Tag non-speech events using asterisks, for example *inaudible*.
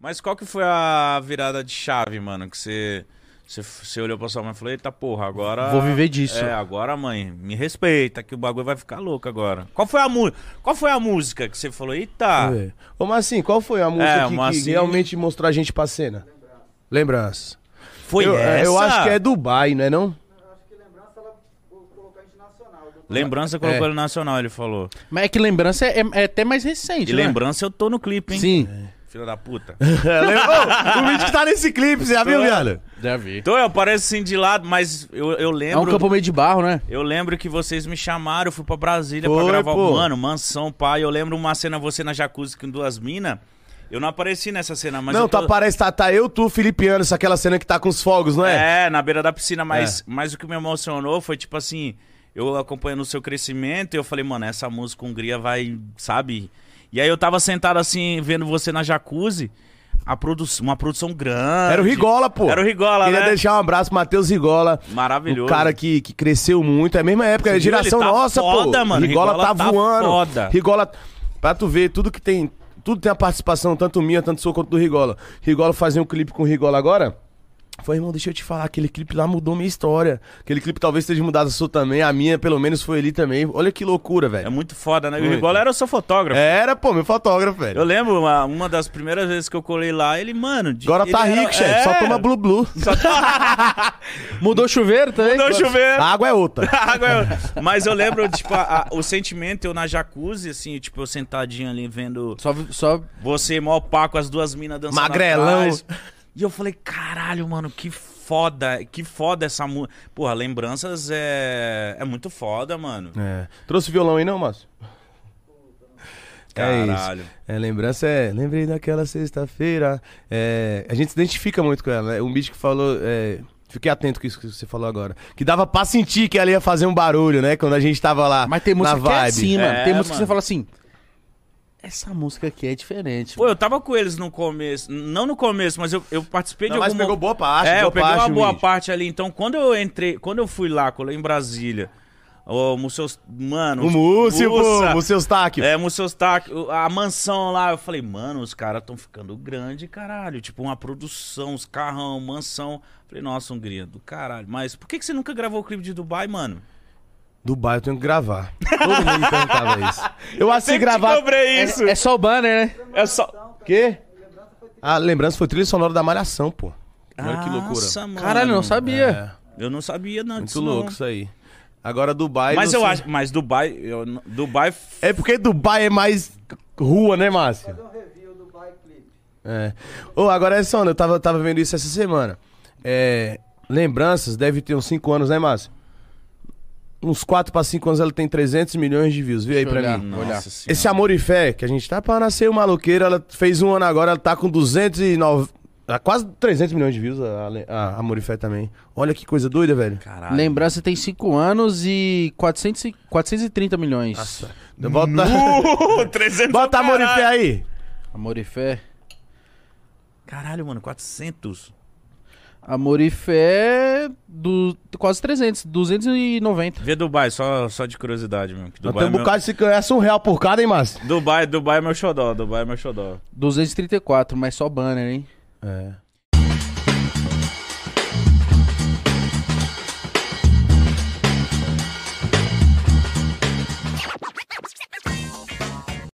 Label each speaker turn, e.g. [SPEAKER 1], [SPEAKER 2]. [SPEAKER 1] Mas qual que foi a virada de chave, mano? Que você, você, você olhou pra sua mãe e falou, eita porra, agora.
[SPEAKER 2] Vou viver disso.
[SPEAKER 1] É, agora, mãe, me respeita, que o bagulho vai ficar louco agora. Qual foi a, mu... qual foi a música que você falou, eita?
[SPEAKER 2] É. Ô, Massim, qual foi
[SPEAKER 1] É,
[SPEAKER 2] a música que- que,
[SPEAKER 1] Massim-
[SPEAKER 2] realmente mostrou a gente pra cena? Lembrança.
[SPEAKER 1] Foi
[SPEAKER 2] eu,
[SPEAKER 1] essa?
[SPEAKER 2] eu acho que é Dubai, não é não?
[SPEAKER 1] Lembrança colocou
[SPEAKER 2] É.
[SPEAKER 1] ele nacional, ele falou.
[SPEAKER 3] Mas é que lembrança é, é até mais recente,
[SPEAKER 1] E
[SPEAKER 3] né?
[SPEAKER 1] lembrança eu tô no clipe, hein?
[SPEAKER 3] Sim.
[SPEAKER 1] Filha da puta.
[SPEAKER 2] É, lembra- Ô, o vídeo que tá nesse clipe, você já viu, viado?
[SPEAKER 3] Já vi.
[SPEAKER 1] então eu pareço assim de lado, mas eu, eu
[SPEAKER 3] É um
[SPEAKER 1] lembro.
[SPEAKER 3] campo meio de barro, né?
[SPEAKER 1] Eu lembro que vocês me chamaram, eu fui pra Brasília pra
[SPEAKER 2] Foi,
[SPEAKER 1] gravar.
[SPEAKER 2] pô.
[SPEAKER 1] Mano, mansão, pai. Eu lembro uma cena, você na jacuzzi com duas minas. Eu não apareci nessa cena, mas.
[SPEAKER 2] não,
[SPEAKER 1] eu tô-
[SPEAKER 2] tá, parece tá, tá eu, tu, Felipe Anderson, aquela cena que tá com os fogos, não é?
[SPEAKER 1] É, na beira da piscina, mas, mas o que me emocionou foi tipo assim, eu acompanhando o seu crescimento e eu falei, mano, essa música Hungria vai, sabe? E aí eu tava sentado assim, vendo você na jacuzzi, a produ uma produção grande.
[SPEAKER 2] Era o Rigola, pô.
[SPEAKER 1] Era o Rigola,
[SPEAKER 2] Queria
[SPEAKER 1] né?
[SPEAKER 2] deixar um abraço pro Matheus Rigola.
[SPEAKER 1] Maravilhoso.
[SPEAKER 2] O cara que, que cresceu muito, é a mesma época, é
[SPEAKER 1] Você viu?
[SPEAKER 2] geração
[SPEAKER 1] Ele tá
[SPEAKER 2] nossa,
[SPEAKER 1] foda,
[SPEAKER 2] pô.
[SPEAKER 1] mano.
[SPEAKER 2] Rigola,
[SPEAKER 1] Rigola
[SPEAKER 2] tá,
[SPEAKER 1] tá
[SPEAKER 2] voando.
[SPEAKER 1] foda.
[SPEAKER 2] Rigola, pra tu ver, tudo que tem. Tudo tem a participação, tanto minha, tanto sua quanto do Rigola. Rigola fazia um clipe com o Rigola agora. Foi, irmão, deixa eu te falar, aquele clipe lá mudou minha história. Aquele clipe talvez esteja mudado a sua também, a minha pelo menos foi ali também. Olha que loucura,
[SPEAKER 1] É
[SPEAKER 2] velho.
[SPEAKER 1] muito foda, né? E o
[SPEAKER 2] Muito.
[SPEAKER 1] Rigola era o seu fotógrafo.
[SPEAKER 2] Era, pô, meu fotógrafo, velho.
[SPEAKER 1] Eu lembro, uma, uma das primeiras vezes que eu colei lá, ele, mano. de-
[SPEAKER 2] Agora
[SPEAKER 1] ele
[SPEAKER 2] tá
[SPEAKER 1] era-
[SPEAKER 2] rico, chefe, só
[SPEAKER 1] É, *laughs*
[SPEAKER 2] toma blu blu.
[SPEAKER 3] Mudou o chuveiro também?
[SPEAKER 1] Não chover.
[SPEAKER 2] A água é outra.
[SPEAKER 1] Água, eu- Mas eu lembro, tipo, a- a- o sentimento, eu na jacuzzi, assim, tipo, eu sentadinho ali vendo
[SPEAKER 3] *laughs* Só, só
[SPEAKER 1] você mó pá com as duas minas dançando
[SPEAKER 2] Magrelão.
[SPEAKER 1] atrás. E eu falei, caralho, mano, que foda, que foda essa música. Porra, Lembranças é, é muito foda, mano.
[SPEAKER 2] É. Trouxe violão aí não, Márcio? É isso.
[SPEAKER 1] Caralho.
[SPEAKER 2] É, lembrança é. Lembrei daquela sexta-feira. É, a gente se identifica muito com ela, né? Um bicho que falou. é, fiquei atento com isso que você falou agora. Que dava pra sentir que ela ia fazer um barulho, né? Quando a gente tava lá.
[SPEAKER 3] *laughs* Mas tem música
[SPEAKER 2] na
[SPEAKER 3] que é
[SPEAKER 2] vibe.
[SPEAKER 3] assim, mano.
[SPEAKER 1] É,
[SPEAKER 3] tem música que
[SPEAKER 1] mano.
[SPEAKER 3] você fala assim. Essa música aqui é diferente.
[SPEAKER 1] Pô, eu tava com eles no começo. Não no começo, mas eu, eu participei
[SPEAKER 2] Não,
[SPEAKER 1] de
[SPEAKER 2] mas
[SPEAKER 3] né?
[SPEAKER 1] alguma...
[SPEAKER 2] pegou boa parte,
[SPEAKER 1] É,
[SPEAKER 2] boa
[SPEAKER 1] eu peguei
[SPEAKER 2] parte,
[SPEAKER 1] uma boa
[SPEAKER 2] Luiz.
[SPEAKER 1] parte ali. Então, quando eu entrei, quando eu fui lá, colei em Brasília, o Museu... Mano...
[SPEAKER 2] O Múcio, pô.
[SPEAKER 1] Mussa-
[SPEAKER 2] Múcio Eustáquio.
[SPEAKER 1] É, Museu Stack, a mansão lá, eu falei, mano, os caras tão ficando grande, caralho. Tipo, uma produção, os carrão, mansão. Falei, nossa, Hungria, do caralho. Mas por que, que você nunca gravou o clipe de Dubai, mano?
[SPEAKER 2] Dubai eu tenho que gravar. Todo mundo me perguntava isso. Eu assim gravar.
[SPEAKER 1] cobrei
[SPEAKER 3] é, é só o banner, né?
[SPEAKER 1] É, só.
[SPEAKER 2] Quê? A lembrança foi trilha sonora da Malhação, pô. Olha
[SPEAKER 3] Ah,
[SPEAKER 2] que loucura.
[SPEAKER 1] Nossa, mano. é,
[SPEAKER 3] Caralho, não sabia.
[SPEAKER 1] Eu não sabia, não.
[SPEAKER 2] Muito
[SPEAKER 1] disso,
[SPEAKER 2] louco
[SPEAKER 3] é.
[SPEAKER 1] não.
[SPEAKER 2] isso aí. Agora Dubai.
[SPEAKER 1] Mas
[SPEAKER 2] não
[SPEAKER 1] eu
[SPEAKER 2] sei-
[SPEAKER 1] acho. Mas Dubai. Eu, não- Dubai. f-
[SPEAKER 2] É porque Dubai é mais rua, né, Márcio? Fazer um review do Dubai Clip. É. Ô, agora é só, eu tava, tava vendo isso essa semana. É, lembranças, deve ter uns 5 anos, né, Márcio? Uns 4 pra 5 anos ela tem 300 milhões de views. Vê aí
[SPEAKER 3] Deixa eu
[SPEAKER 2] pra
[SPEAKER 3] olhar.
[SPEAKER 2] mim.
[SPEAKER 3] Olha.
[SPEAKER 1] Nossa senhora.
[SPEAKER 2] Esse Amor e Fé, que a gente tá pra nascer uma maluqueira, ela fez um ano agora, ela tá com 209. tá Quase 300 milhões de views, a, a- a Amor e Fé também. Olha que coisa doida, velho.
[SPEAKER 1] Caralho. *laughs*
[SPEAKER 3] Lembrança tem 5 anos e 400, e- 430 milhões.
[SPEAKER 2] Bota,
[SPEAKER 1] Uh, 300
[SPEAKER 2] bota Amor e Fé
[SPEAKER 1] caralho.
[SPEAKER 2] aí.
[SPEAKER 3] Amor e fé.
[SPEAKER 1] Caralho, mano, 400.
[SPEAKER 3] Amor e fé do quase 300, 290.
[SPEAKER 1] Vê Dubai, só, só de curiosidade mesmo. que
[SPEAKER 2] Nós
[SPEAKER 1] Dubai, é
[SPEAKER 2] temos um
[SPEAKER 1] meu...
[SPEAKER 2] bocado de se conhece um real por cada, hein, Márcio?
[SPEAKER 1] Dubai, Dubai é meu xodó. Dubai é meu xodó.
[SPEAKER 3] 234, mas só banner, hein?
[SPEAKER 2] É.